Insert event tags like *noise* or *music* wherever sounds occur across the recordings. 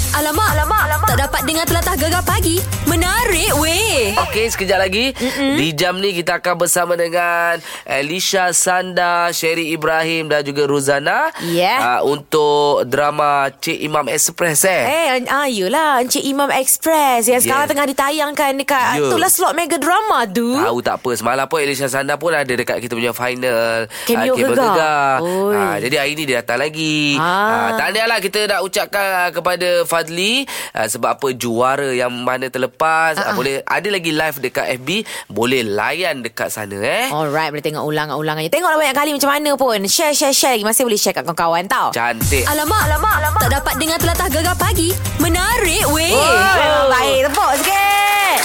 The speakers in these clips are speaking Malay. Alamak, alamak, alamak. Tak dapat dengar telatah gegar pagi. Menarik weh. Okey, sekejap lagi. Mm-mm. Di jam ni kita akan bersama dengan Elisha Sanda, Sherry Ibrahim dan juga Ruzana. Yeah. Uh, untuk drama Cik Imam Express eh. Eh, ah, yelah Encik Imam Express Yang sekarang Yeah. tengah ditayangkan Dekat ah, Yeah. Itulah slot mega drama tu Tahu tak apa Semalam pun Elisha Sanda pun ada Dekat kita punya final Cameo ah, Cable Gegar. Oi. Ah, Jadi hari ni dia datang lagi Ah. ah. Tahniahlah kita nak ucapkan ah, Kepada Fadli ah, Sebab apa juara yang mana terlepas ah, Boleh Ada lagi live dekat FB Boleh layan dekat sana eh Alright boleh tengok ulangan-ulangannya Tengoklah banyak kali macam mana pun Share share share Masih boleh share kat kawan-kawan tau Cantik Alamak, alamak, alamak. Tak dapat dengar telatah gegar pagi. Menarik weh. Memang baik Tepuk sikit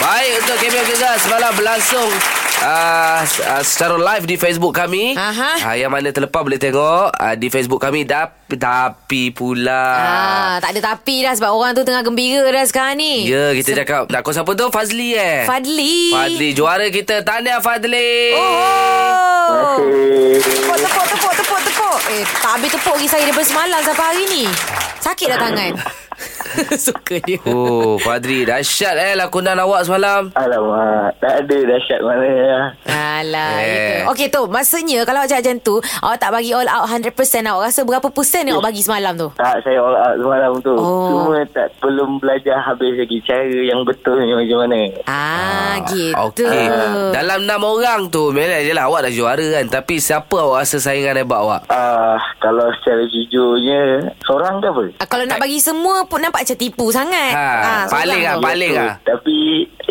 Baik untuk Cameo Gegar semalam berlangsung Uh, uh, secara live di Facebook kami Aha. Uh, Yang mana terlepas boleh tengok uh, Di Facebook kami Tapi, tapi pula ah, Tak ada tapi dah Sebab orang tu tengah gembira dah sekarang ni Ya kita cakap Nak kau siapa tu Fazli eh Fadli Fadli juara kita Tahniah Fadli Oh Eh. Okay. Tepuk, tepuk, tepuk, tepuk, tepuk. Eh, tak habis tepuk lagi saya daripada semalam sampai hari ni. Sakit dah tangan. *laughs* Suka dia. Oh Fadli Dahsyat eh lakonan awak semalam Alamak, tak ada dahsyat mana ya. Alah. Eh. Eh. Okey tu, maksudnya kalau awak cakap macam tu, awak tak bagi all out 100%, awak rasa berapa persen yang awak bagi semalam tu? Tak, saya all out semalam tu. Oh. Cuma tak belum belajar habis lagi cara yang betulnya macam mana. Ah, gitu. Okey Dalam enam orang tu Memang je lah awak dah juara kan Tapi siapa awak rasa saingan hebat awak Ah, kalau secara jujurnya, seorang ke apa? Ah, kalau nak bagi semua pun nampak macam tipu sangat. Ah, Ha, seorang paling lah, tu. paling Tu. lah. Tapi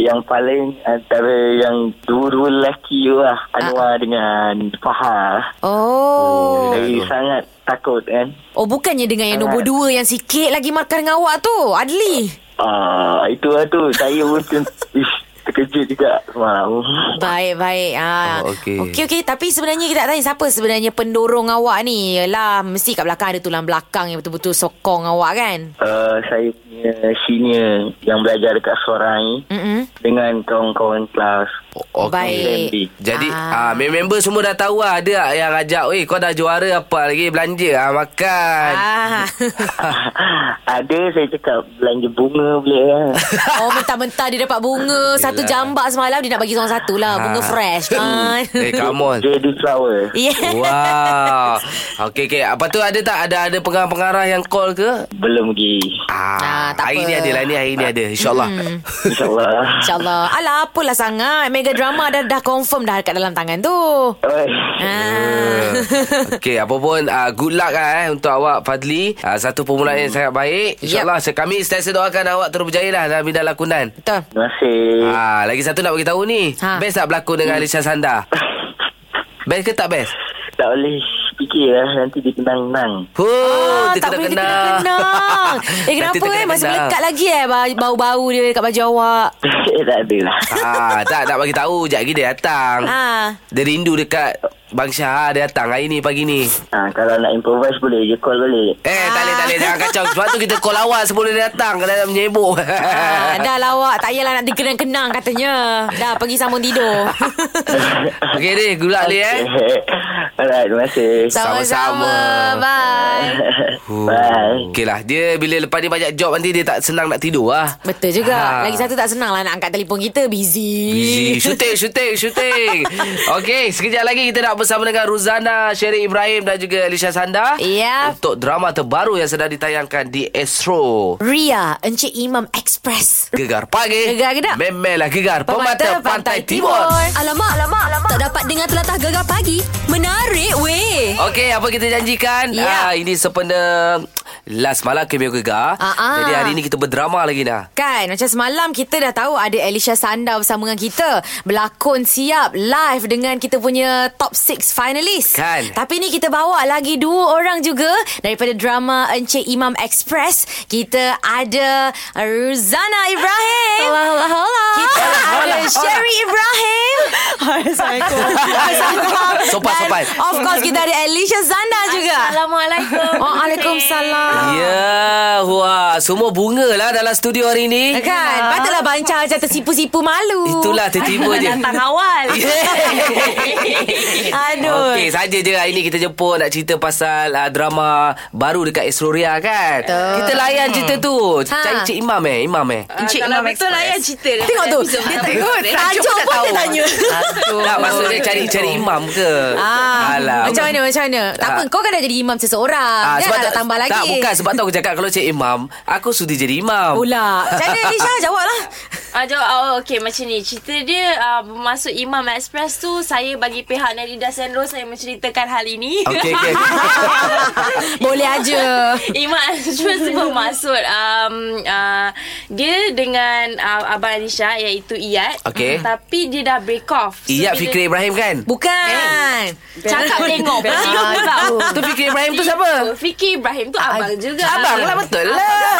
yang paling antara yang dua-dua lelaki tu lah. Ah. Anwar dengan Fahar. Oh. Saya aduh. sangat takut kan. Oh, bukannya dengan yang Ah. nombor dua yang sikit lagi markah dengan awak tu, Adli. Ah, itu lah tu. Saya pun *laughs* ter- ish, terkejut juga semalam. Baik, baik. Ha. Oh, okey. Okey, okey. Tapi sebenarnya kita nak tanya siapa sebenarnya pendorong awak ni? Yalah, mesti kat belakang ada tulang belakang yang betul-betul sokong awak kan? Uh, saya punya senior yang belajar dekat Sorai Mm-mm. dengan kawan-kawan kelas. O- Baik. Sandy. Jadi ah. Ah. ah member semua dah tahu lah ada tak yang ajak, "Wei, kau dah juara apa lagi belanja ah makan." *laughs* Ah. *laughs* Ada saya cakap belanja bunga boleh lah. oh, mentah-mentah dia dapat bunga. Satu jambak semalam dia nak bagi seorang satu lah. Bunga Ah. *laughs* fresh kan? Ya. eh, *laughs* come on. Jadi flower. yeah. Wow. Okey okey. Apa tu ada tak ada ada pengarah-pengarah yang call ke? Belum pergi. Ah, Ah, tak hari apa. Hmm. ni ada lah ni hari ni ada insyaallah. *laughs* *laughs* InsyaAllah. InsyaAllah. Alah, apalah sangat. Mega drama dah, dah confirm dah kat dalam tangan tu. Oi. Ah. *laughs* Okey, Eh, apa pun uh, good luck lah eh untuk awak Fadli. Uh, satu permulaan Hmm. yang sangat baik. Insyaallah yep. kami sentiasa doakan awak terus berjaya lah dalam bidang lakonan. Betul. Terima kasih. *laughs* Ah, lagi satu nak bagi tahu ni. Ha. Best tak berlakon dengan Alicia Sanda? Best ke tak best? Tak boleh fikir lah nanti dikenang-kenang. Huh, Ah, oh, dia tak kena boleh kena. kena *laughs* kenang. Eh kenapa eh masih melekat lagi eh ba- bau-bau dia dekat baju awak. *laughs* tak ada lah. Ah, tak nak bagi tahu Sekejap lagi dia datang Ha. Dia rindu dekat Bang Syah Ah, Dia datang hari ni pagi ni Ha, kalau nak improvise boleh je call balik. Eh tak boleh tak boleh Jangan kacau Sebab tu kita call awal Sebelum dia datang Kalau dia menyebuk *laughs* Ah, Ha. dah lah awak Tak payahlah nak dikenang-kenang katanya Dah pergi sambung tidur *laughs* Okey ni Gulak ni eh *laughs* Alright, terima kasih. Sama-sama. Bye *laughs* Bye. Okey lah Dia bila lepas ni banyak job Nanti dia tak senang nak tidur lah Betul juga Ah. Lagi satu tak senang lah Nak angkat telefon kita Busy Busy Shooting Shooting Shooting *laughs* Okey Sekejap lagi kita nak bersama dengan Ruzana Sherry Ibrahim Dan juga Alicia Sanda Ya. Untuk drama terbaru Yang sedang ditayangkan Di Astro Ria Encik Imam Express Gegar pagi Gegar ke tak? Memelah gegar Pemata, Pantai, Timur, Alamak, alamak, alamak. Tak dapat dengar telatah gegar pagi. Menarik weh. Okey, apa kita janjikan? Ya. Ah, ini sepena last malam Cameo Gegar. Ah, ah. Jadi hari ni kita berdrama lagi dah. Kan macam semalam kita dah tahu ada Alicia Sanda bersama dengan kita Berlakon siap live dengan kita punya top 6 finalist Kan. Tapi ni kita bawa lagi dua orang juga Daripada drama Encik Imam Express Kita ada Ruzana Ibrahim Hola hola hola Kita ada Sherry Ibrahim Assalamualaikum Assalamualaikum Sopan, Dan sopan. Of course kita ada Alicia Sanda juga Assalamualaikum. Waalaikumsalam Ya, wah. semua bunga lah dalam studio hari ni. Kan? Patutlah bancar macam tersipu-sipu malu. Itulah tiba-tiba *laughs* je. Datang awal. *laughs* Aduh. Okey, saja je hari ni kita jemput nak cerita pasal uh, drama baru dekat Esroria kan. Betul. Kita layan cerita tu. Ha. Cari Cik Imam eh, Imam eh. Encik Imam Express. Lah yang cerita dia Tengok pada tu. episod Dia pertama. tengok. Eh, Tajuk pun dia tanya. Aduh. Tak maksud dia cari cari imam ke? Ah, Alah. Macam mana macam mana? Tak apa Ah. kau kan dah jadi imam seseorang. Ah, Ah, sebab tak, tambah lagi. Tak, bukan. Sebab tu aku cakap kalau cik imam, aku sudi jadi imam. Pula. Macam mana Nisha jawablah. Ah, jawab, oh, okay, macam ni. Cerita dia ah, bermasuk Imam Express tu, saya bagi pihak Nerida Sendro, saya menceritakan hal ini. *laughs* Okey, okey. *laughs* Boleh aja. Iman Ashura sebab maksud um, uh, Dia dengan uh, Abang Anisha Iaitu Iyad Okey. Tapi dia dah break off Iyad bila- Fikri Ibrahim kan? Eh. Bukan. Cakap tengok Pusing Ah, tahu Tu Fikri Ibrahim tu siapa? Fikri Ibrahim tu abang juga Ah. Abang lah betul lah.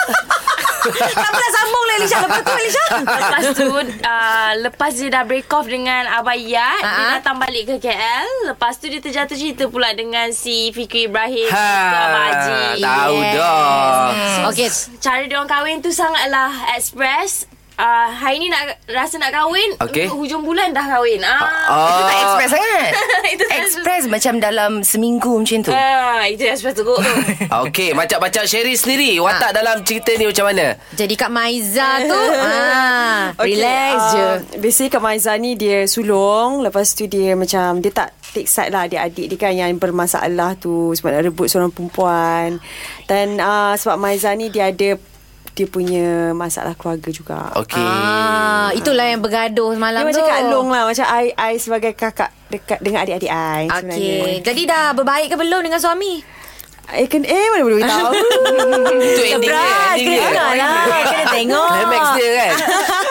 tak pula sambung lah Nisha. Lepas tu Nisha. Lepas tu uh, Lepas dia dah break off Dengan Abang Iyad Dia Ah. datang balik ke KL Lepas tu dia terjatuh cerita pula Dengan si Fikri Ibrahim Ha, ke Abang Haji tahu Yes. dah. Okey. Cara dia orang kahwin tu sangatlah express. Uh, hari ni nak rasa nak kahwin Okey. untuk Hujung bulan dah kahwin ah. *laughs* Itu tak Oh, express sangat Itu tak Express macam dalam seminggu macam tu Ah, itu express tu *laughs* tu. Eh, Okey, macam-macam Sherry sendiri Ah. Watak dalam cerita ni macam mana? Jadi Kak Maiza *laughs* tu ah, okay, Relax ah, je Basically Kak Maiza ni dia sulung Lepas tu dia macam Dia tak take side lah adik-adik dia kan Yang bermasalah tu Sebab nak rebut seorang perempuan Dan uh, sebab Maiza ni dia ada Dia punya masalah keluarga juga Okey. ah, Itulah yang bergaduh Dia semalam tu macam Kak Long lah Macam I, I sebagai kakak Dekat dengan adik-adik I sebenarnya Okey Jadi dah berbaik ke belum dengan suami? Eh, kan, eh mana boleh *laughs* tahu Itu ending dia, Surprise, ending dia. kena tengok lah Kena tengok Climax dia *laughs* kan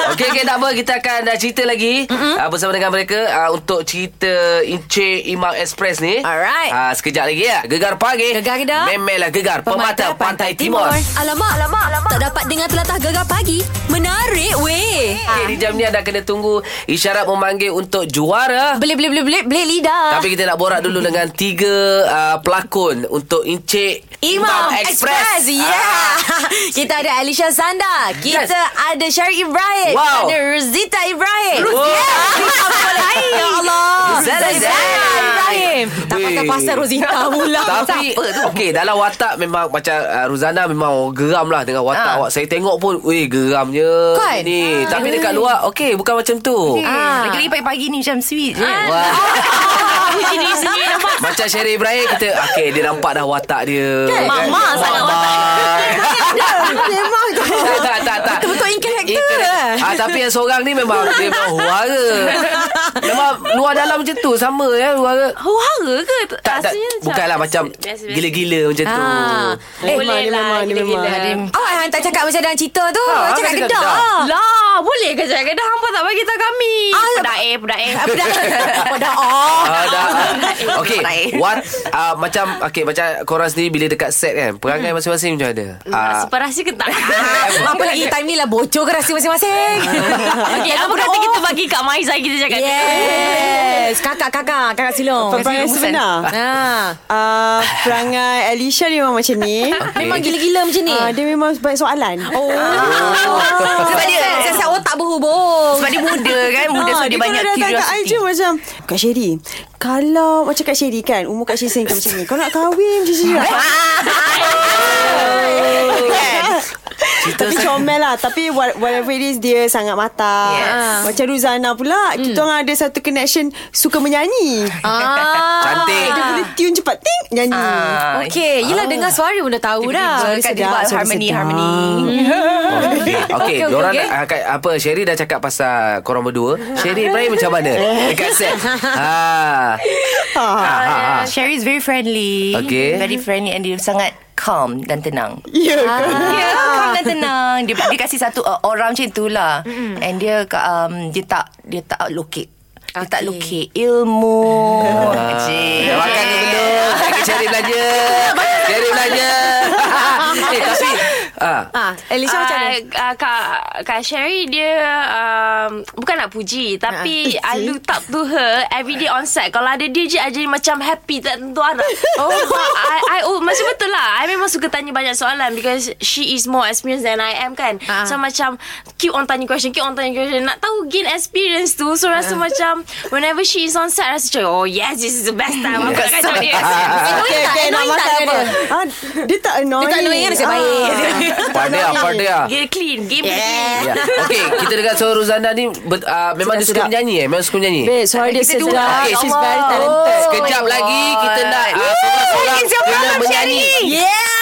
Okey okey tak apa Kita akan uh, cerita lagi uh, Bersama dengan mereka uh, Untuk cerita Encik Imam Express ni Alright. uh, Sekejap lagi ya Gegar pagi Gegar Kedah. Memelah gegar Pemata, Pantai, Timur, Timur. Alamak, alamak, alamak. Tak dapat dengar telatah gegar pagi. Menarik weh. Okey Ah. di jam ni anda kena tunggu Isyarat memanggil untuk juara Belit belit belit belit Belit lidah tapi kita nak borak dulu dengan tiga uh, pelakon untuk Encik Imam Express, Ya. Ah. Yeah *laughs* Kita ada Alicia Sanda Kita Yes. ada Syarif Ibrahim Wow. Ada Rosita Ibrahim Rus- Yeah. Ya Allah Rosita Ibrahim. Ibrahim Tak Weh. pasal-pasal Rosita pula Tapi Okey dalam watak Memang macam uh, Ruzana memang Geram lah dengan watak awak Saya tengok pun Weh geramnya Kan? Ni Tapi dekat luar Okey bukan macam tu ah. Lagi-lagi pagi-pagi ni macam sweet je Ah, Wah. Puji diri sendiri nampak. Macam Sherry Ibrahim Kita Okey dia nampak dah watak dia Kan? Mama sangat watak Ya, Memang tu Tak tak tak, tak. Betul-betul in character eh. ah, Tapi yang seorang ni memang Dia memang huara Memang luar dalam macam tu Sama ya huara Huara ke? tak, tak, Rasanya bukanlah macam biasa, biasa. gila-gila macam tu. Ah. Eh, boleh Memang, lah memang, gila-gila. Awak Oh, eh, yang tak cakap macam dalam cerita tu Ha, Cakap cakap kedah kedah. Lah, boleh ke cakap? Dah hampa tak bagi tahu kami. Ah, Pedak eh, pedak *laughs* eh. *laughs* Pada oh Ah, dah. Okay What uh, Macam Okay macam korang sendiri Bila dekat set kan Perangai masing-masing macam mana Ah, Ah, Super rahsia ke tak? Ah, Apa lagi time ni lah Bocor ke rahsia masing-masing *laughs* Okey, apa kata kita bagi Kak Maiza kita cakap? Yes Kakak-kakak Kakak silong Perangai sebenar Ah. *laughs* uh, Perangai Alicia ni memang macam ni okay. Memang gila-gila macam ni Ah, dia memang banyak soalan. Ah, Oh. Sebab dia Sesat otak berhubung Sebab dia muda kan Ah, Muda so dia banyak datang kat I je curiosity macam Kak Sherry Kalau macam Kak Sherry kan Umur Kak Sherry sekarang macam ni Kau nak kahwin macam Sherry lah Tapi comel lah Tapi what- whatever it is Dia sangat matang Yes. Macam Ruzana pula Kita orang ada satu connection Suka menyanyi ah. Cantik. Dia boleh tune cepat Ting Nyanyi Ah, Okay Yelah dengar suara pun dah tahu dah Dah Suara Kat dia sedap, buat suara harmony sedap. Harmony Oh, Okay, okay, okey, Diorang okey. nak- ah, Apa Sherry dah cakap pasal Korang berdua Sherry Ibrahim macam mana Dekat set ha. Ha. Ha, ha, ha. Uh, Sherry is very friendly Okay. Very friendly And dia sangat calm dan tenang Ya yeah, Ah. Ya, calm dan tenang. Dia, dia kasih satu uh, orang macam itulah. Mm-hmm. And dia um, dia tak dia tak locate. Dia tak locate ilmu. Cik. Dah makan *laughs* ke belum Lagi Sherry belanja Sherry belanja *laughs* Eh tapi Ah. Ah, Elisha macam mana? Uh, Kak, Kak Sherry dia um, bukan nak puji tapi uh, I look up to her every day on set. Kalau ada dia je I jadi macam happy tak tentu arah. Oh, I, I, oh macam betul lah. I memang suka tanya banyak soalan because she is more experienced than I am kan. So macam keep on tanya question, keep on tanya question. Nak tahu gain experience tu. So rasa macam whenever she is on set I rasa macam oh yes this is the best time. Aku nak kacau dia. Okay, okay, nak annoying tak masak dengan apa? Ah, dia tak annoying. Ah. Dia tak annoying kan nasib *laughs* baik. Padea, padea. Dia clean, game yeah. Ya. Okey, kita dekat Suara Ruzana ni ber, uh, memang dia suka Sedap-sedap. menyanyi eh? Memang suka menyanyi. Ah, Babe, suara dia Kita dua. sedap. Okay, She's Allah. very Oh. talented. Sekejap my lagi God. kita nak uh, seorang-seorang Kita kena orang menyanyi. Yeah.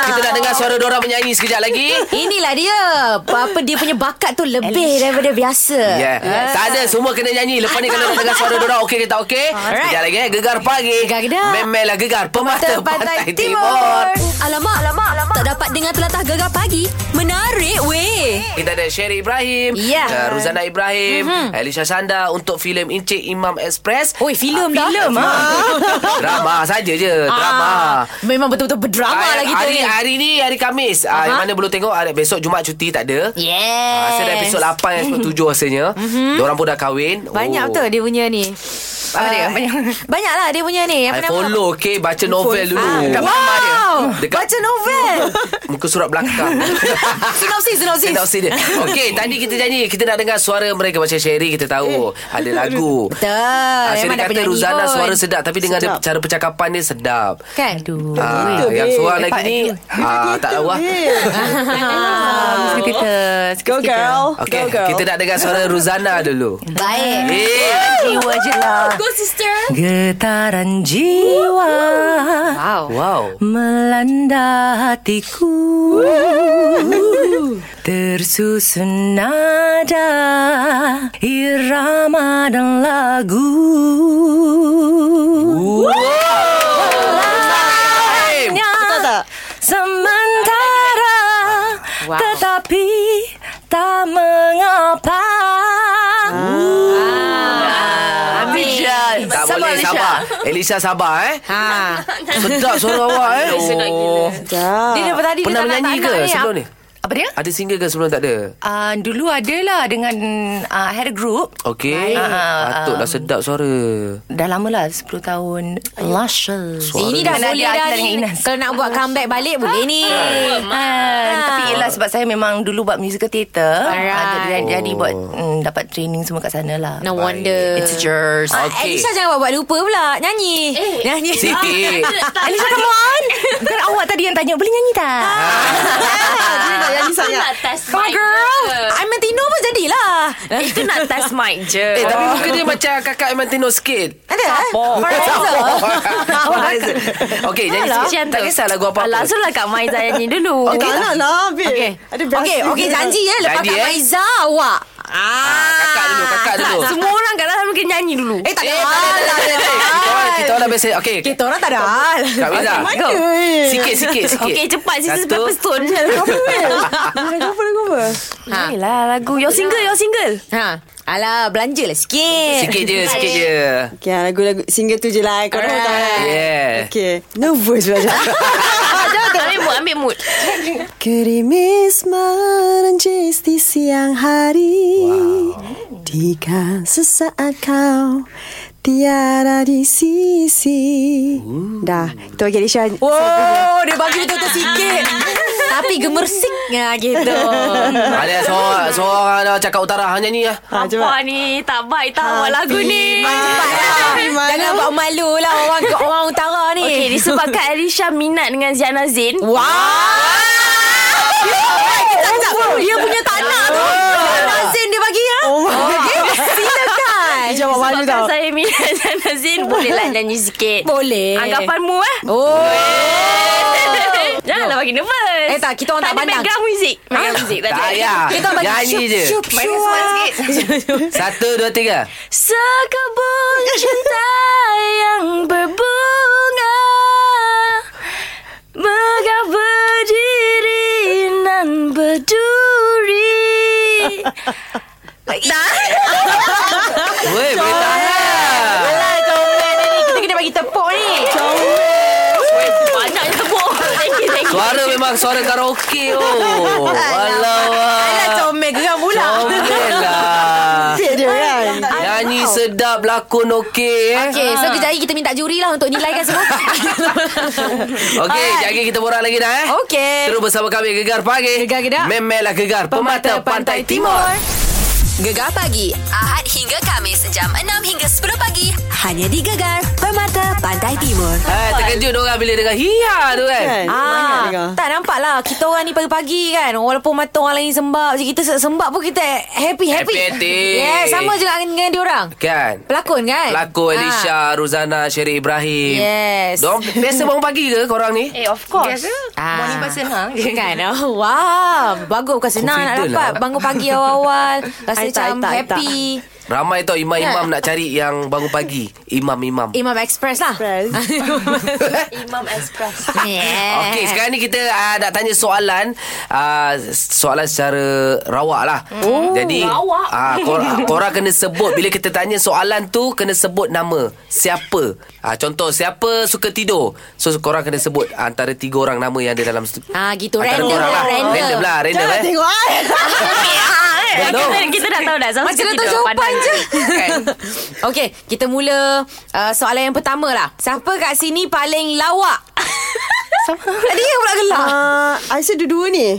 Kita nak dengar suara dorang menyanyi sekejap lagi. Inilah dia. Apa dia punya bakat tu lebih daripada biasa. Yeah. Ya. Eh. Tak ada semua kena nyanyi. Lepas ni kalau nak dengar suara dorang okey ke tak okey? Alright. Sekejap lagi eh gegar pagi. Gegar gedak. Memelah gegar pemata Pantai, Pantai pantai Timur. timur. Alamak, alamak, alamak. Tak dapat dengar telatah gegar pagi. Menarik weh. Kita ada Sherry Ibrahim Ya. Mhm. uh, Ruzana Ibrahim mm-hmm. Elisha Sanda Untuk filem Encik Imam Express Ah, Oi, filem dah. Ah. Filem *laughs* Drama saja je Drama Memang betul-betul berdrama Ah, lah kita hari, ni. hari ni hari Kamis uh-huh. Yang mana belum tengok hari, Besok Jumat cuti tak ada Yes. Mhm. Ah, Saya dah episod 8 *laughs* dan episod 7 rasanya mm-hmm. Diorang pun dah kahwin Banyak Oh. betul dia punya ni. Apa dia? Banyak. Banyak lah dia punya ni. Ah. I Apa nama? follow okay Baca novel dulu Wah. kat mama dia. Wow. Dekat- Baca novel. *laughs* Muka surat belakang *laughs* sinopsis, sinopsis. Sinopsis dia *laughs* Okay tadi kita nyanyi Kita nak dengar suara mereka Macam Sherry kita tahu Ada lagu Eh. Betul. Memang Ah, Sherry dah kata penyanyi Ruzana pun. suara sedap Tapi dengan dia, Sedap. cara percakapan dia sedap Kan? Aduh. Ah, yang seorang lagi ni ah, tak tahu lah Mesti kita. Go girl. Okay, Go girl. kita nak dengar suara Ruzana dulu. Baik. Eh, Jiwa je lah. Go sister. Getaran jiwa Wow. wow. melanda hatiku tersusun nada irama dan lagu Hey, Betul tak? sementara Wow. tetapi tak mengapa Ah, Amin. tak Sabar, boleh Elisha. sabar. Elisa sabar eh. Ha. Sedap suara awak eh. Sedap gila. Sedap. Dia daripada tadi dia Pernah tak nak menyanyi tak ke nak ya? sebelum ni? apa dia Ada single ke sebelum tak ada? Uh, dulu adalah dengan uh, I had a group Okey. Ah, Ah, Patutlah sedap suara. Dah lama lah 10 tahun Luscious Ini dah boleh Dengan Nadia dah ni. Akila dengan Inas Kalau nak buat comeback balik boleh ni. Ah, Tapi yelah sebab saya memang dulu buat musical theatre Alright. ah, jadi, jadi buat Oh. mm, dapat training semua kat sana lah *laughs* No wonder. It's yours Ah, Okay. Elisha jangan buat-buat lupa pula. Nyanyi. *laughs* Nyanyi. Sikit. Alisa come *laughs* on Bukan awak tadi yang tanya Boleh nyanyi tak? Ah. Dia nak Itu nyanyi sangat. nak test Come on mic girl. je. I'm Tino pun *laughs* jadilah. Itu nak test mic je. Eh, tapi muka dia macam kakak Emantino sikit. Ada eh? *laughs* *laughs* Farhanza. Okey, jadi sikit. Tak kisah lagu apa-apa. Eh, Langsung lah Kak Maiza nyanyi dulu. Oh, tak nak lah, babe. Okay. Ada biasa Okay, okay je. *laughs* janji eh. Lepas Janji, Kak eh. Maiza awak. Ah. kakak dulu, kakak dulu. Semua orang kat dalam mungkin nyanyi dulu. Eh tak ada. Eh, tak ada, tak ada, tak ada. Kita orang- Kita orang dah biasa. Okey. Kita orang tak ada hal. Kak Miza. Go. Sikit, sikit, sikit. Okey, cepat. Sisi Satu. Pepper Stone. Dia nak cover, cover. Ha. Yelah, lagu. Your single, your single. Ha. Alah, belanja lah sikit. Sikit je, sikit je. Okay, ah, lagu-lagu single tu je lah. Korang Alright. tahu kan? Yeah. Okay. Nervous lah, pula *laughs* macam. Ambil mood, ambil mood. Gerimis merencis di siang hari Jika sesaat kau tiada di sisi Dah, itu bagi Alicia Wow, Oh, dia bagi betul-betul sikit. Tapi gemersik lah gitu. *laughs* Ada seorang, seorang ada cakap utara hanya ni lah. ha, Apa ni? Tak baik tak awak lagu ni. Cepat lah. Jangan buat malu lah orang orang utara ni. Okey, Eh, disebabkan Alicia minat dengan Ziana Zain. Wow. Sekejap, sekejap. Dia punya tak nak tu. Nazin dia bagi ha? Oh my god *laughs* Silakan. Dia jawab malu Sebabkan tau saya minat *laughs* Ziana Zain, bolehlah nyanyi sikit. Boleh. Anggapanmu eh. Oh. *laughs* Janganlah bagi nervous. Eh, tak, kita orang tak ada pandang. background music. Ah. ya. Background music. Tak *laughs* ada. payah. Kita bagi Nyanyi syup, je. syup, Mainkan syup. semangat sikit Satu, dua, tiga. Sekebun cinta yang berbunga Megah berdiri nan berduri Weh, boleh tahan. Alah, comel ni. Kita kena bagi tepuk ni. Banyaknya tepuk Thank you, thank Suara memang suara karaoke oh. ah. Walau Alah comel geram pula. Comel *laughs* lah Fit dia kan Nyanyi sedap Lakon okey eh. Okay, so kejap lagi kita minta juri lah untuk nilaikan semua. Okey, jadi kita borak lagi dah eh. *laughs* Okey. Terus bersama kami Gegar Pagi. Gegar Kedah. Memelah Gegar Pemata, Pantai, Timur. Gegar pagi, Ahad hingga Kamis, jam 6 hingga 10 pagi. Hanya di Gegar, Permata Pantai Timur. Hai, Eh, terkejut orang bila dengar hiya tu kan. Kan Banyak dengar. Ah, tak nampak lah Kita orang ni pagi-pagi kan Walaupun mata orang lain sembab je Kita sembab pun kita happy-happy Happy-happy. Yeah, sama juga dengan diorang Kan? Pelakon kan Pelakon Ah. Alicia, Ruzana, Sherry Ibrahim. Yes. Dong, biasa bangun pagi ke korang ni? Eh, of course. Ah. Morning person ha. *laughs* Kan oh, Wow Bagus bukan senang nak Confident dapat lah. Bangun pagi *laughs* awal-awal Rasa Ai tak, macam ai tak, ai tak. happy Ramai tau imam-imam nak cari yang bangun pagi. Imam-imam. Imam Express lah Express. *laughs* Imam Express. yeah. Okey, sekarang ni kita uh, nak tanya soalan uh, soalan secara rawak lah. Oh, Jadi rawak. Uh, kor- *laughs* korang kena sebut bila kita tanya soalan tu kena sebut nama. Siapa? Uh, contoh siapa suka tidur. So korang kena sebut antara tiga orang nama yang ada dalam stu- Ah, gitu. antara Random korang lah, random. Random lah, random Jangan eh. tengok ai Eh, Hello. Kita, kita dah tahu dah. Sama Macam suka dah tahu tidur jawapan padang. je Kan? Okey Kita mula uh, Soalan yang pertama lah Siapa kat sini paling lawak? Sama Dia pula gelap Ah, I rasa dua-dua ni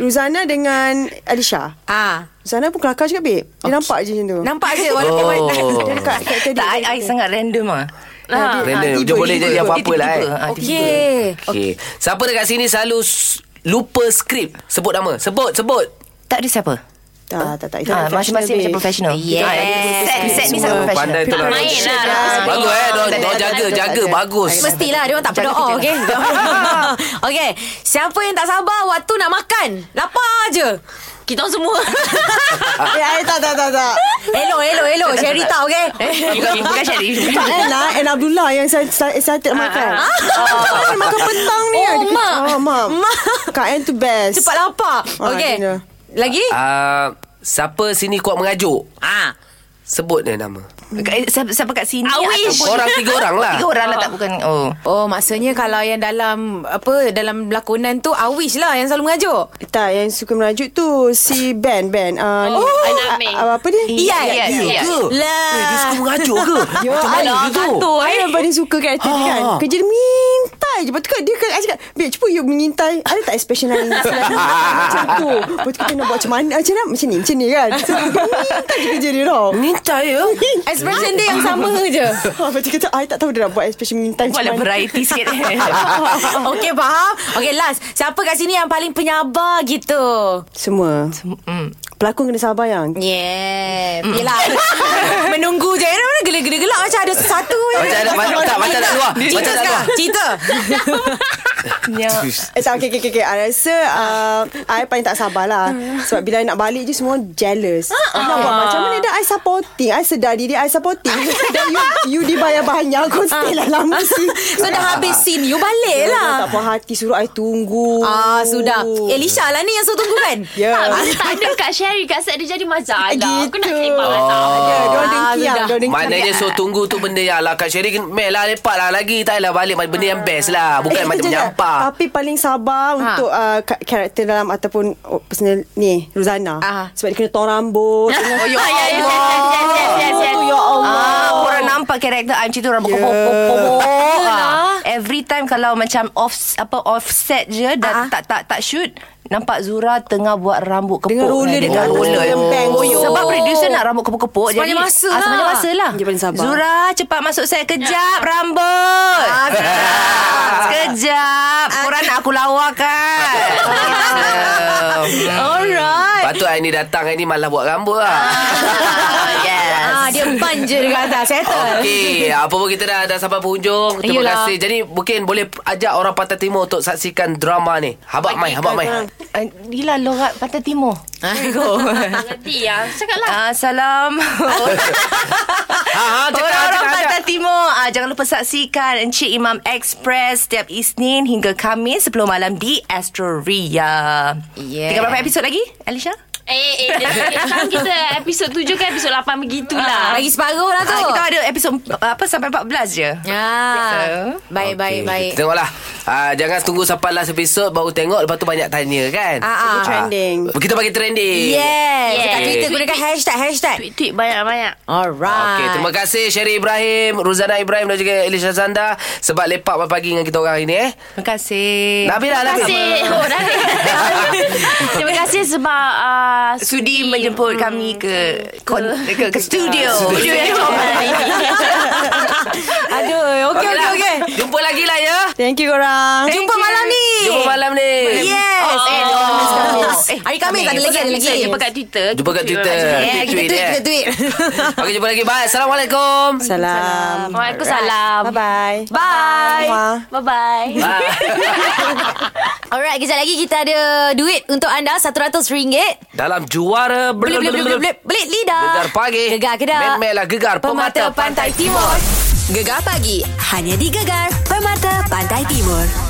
Ruzana dengan Alisha Ah, Ruzana pun kelakar juga babe Dia nampak je macam tu Nampak je Walaupun Oh. Dia dekat karakter dia Tak, I, I sangat random ah. Ah. Random. tiba, Dia boleh tiba, jadi tiba, apa-apa lah, tiba-tiba. eh. Ah, tiba-tiba. Okey Okey. Siapa dekat sini selalu s- lupa skrip? Sebut nama. Sebut, sebut. Tak ada siapa. Tak tak tak Itu Ah, professional, masing-masing macam babe. professional. Ah, Yes. Set, Eh, set ni sangat Semua professional. Pandai tu lah. Main lah. Ah, Bagus eh. Dor, dor Tak ada, tak ada, jaga, tak ada, jaga. tak ada. Bagus. Mestilah Dia orang tak Jaga berdoa *laughs* kerja Okey Okey Siapa yang tak sabar Waktu nak makan Lapar je Kita orang semua. Eh I tak tak tak tak *laughs* Elok elok elok Sherry tak okey Eh, Bukan- Bukan *laughs* Syarif. Tak eh lah And Abdullah yang saya saya excited makan Ah, Makan petang ni Oh, Dia- mak. Ah, Mak Mak. Kak Ann tu best Cepat lapar Ah, Okey dia. Lagi Ah, siapa sini kuat mengajuk? Ah, Sebut dia nama. Kat- Siapa siapa kat sini? I wish. ataupun- Orang tiga orang lah. Tiga orang lah tak bukan. Oh. Oh maksudnya kalau yang dalam apa dalam lakonan tu Awish lah yang selalu mengajuk. Tak yang suka merajuk tu Si Ben Ben Ah, ni. Anamik. Ah, Apa ni Iya, iya, Ya iya. ke? Lah. Eh, dia suka mengajuk ke? Ya, Macam mana alah, dia tu? Gantung I eh. yang paling suka karakter dia kan Ah. Kerja dia mintai je Lepas tu kan dia kan I cakap Babe cepat you mengintai Ada tak expression lain Selain macam tu Lepas tu kita nak buat macam mana Macam mana Macam ni Macam ni kan So dia mintai je kerja dia tau Minta ya? Expression dia yang *laughs* sama je. Ah, Lepas tu kata I tak tahu dia nak buat lah expression mengintai macam Buatlah mana lah variety sikit. *laughs* Okey faham? Okey last. Siapa kat sini yang paling penyabar gitu? Semua Hmm. Pelakon kena sabar yang Yeah. Mm. Yelah. Menunggu je. Eh, mana gelak-gelak macam ada satu. je. Macam ada- macam- tak, macam nak keluar. Cerita Macam nak sekarang. Cerita. Ya. Eh tak okay, okay, okay, okay. I rasa uh, I paling tak sabar lah Sebab bila I nak balik je Semua jealous Ah, Nak buat macam mana dah I supporting I sedar diri I *laughs* supporting *laughs* Dan you You dibayar banyak Kau stay lah lama sih Ah. So dah habis scene you balik Dia lah. *laughs* dah tak puas hati Suruh I tunggu Ah sudah. Elisha lah ni yang suruh tunggu kan? Ya Tak, bila tak ada Kak Sherry Kak Sat dia jadi masalah Aku nak Gitu. sembang masalah Ya Diorang Ah, dengki yang sudah. Diorang dengki Maknanya so tunggu tu benda yang lah Kak Sherry Meh lah lepak lah lagi Tak lah balik Benda yang best lah Bukan Eh, macam kejap, menyampah Tapi paling sabar Ah. Untuk uh, ka- karakter dalam Ataupun oh, Personal Ni Ruzana Ah. Sebab dia kena tong rambut *laughs* Oh ya Ya, ya, yes, yes, yes, yes, yes. Ya Allah Ah, korang nampak karakter I'm macam tu orang yeah. ah. Every time kalau macam off apa offset je Ah. dah tak tak tak shoot nampak Zura tengah buat rambut kepuk Dengan roller dia dengan kat roller. atas dia bang. Oh, sebab producer nak rambut kepuk-kepuk Sepanjang masa lah. sepanjang masa lah Dia paling sabar. Ya. Zura cepat masuk set kejap rambut *laughs* ah, Sekejap Korang nak aku lawakan Alright. Patut hari ni datang Hari ni malah buat rambut lah *laughs* Yes Ah dia ban je dekat atas. Settle. Okey, apa pun kita dah, dah sampai penghujung. Terima Yelah. kasih. Jadi mungkin boleh ajak orang Pantai Timur untuk saksikan drama ni. Habak mai, habak mai. Ah, Gila lorat Pantai Timur Tak Ngerti ya Cakap lah Ah, *laughs* Salam Ha ha, Orang-orang Pantai Timur ah, Jangan lupa saksikan Encik Imam Express Setiap Isnin hingga Kamis 10 malam di Astro Ria Yeah. Tinggal berapa episod lagi Alicia? *laughs* Eh, eh, sekarang kita episod 7 ke episod 8 begitulah. Bagi separuh lah tu. Ah, kita ada episod apa sampai 14 je. Ya. Baik, baik, Okey, baik. Kita tengoklah. Ah, jangan tunggu sampai last episode baru tengok lepas tu banyak tanya kan. Ah, ah. Tunggu trending. Kita bagi trending. Yes. Yes. Kat Twitter gunakan hashtag, hashtag. Tweet-tweet banyak-banyak. Alright. Okey, terima kasih Sherry Ibrahim, Ruzana Ibrahim dan juga Elisha Zanda sebab lepak pagi dengan kita orang hari ni eh. Terima Eh, kasih. Nabilah Terima Nabil. kasih. Oh, dah. *laughs* Terima kasih sebab uh, Sudi menjemput kami ke kon, Hmm. ke, ke studio. studio yang comel ini. Aduh, okey okey okey. Jumpa lagi lah ya. Thank you korang. Jumpa malam ni. Jumpa malam ni. Yes. Oh. Eh, Kamis, Kamis. Eh, hari Kamis ada lagi, ada lagi. Jumpa kat Twitter. Jumpa kat Twitter. Eh, kita Tweet, tweet, eh. kita tweet. Okey, jumpa lagi. Bye. Assalamualaikum. Salam. Waalaikumsalam. Bye-bye. *laughs* Bye. Bye. Bye-bye. Bye. *laughs* Alright, kejap lagi kita ada duit untuk anda RM100. Dalam juara Blip, blip, blip, blip, blip. Belit lidah. Gegar pagi. Gegar kedak. Memelah gegar Pemata pemata Pantai Timur. Gegar pagi. Hanya di Gegar. Permata Pantai Timur.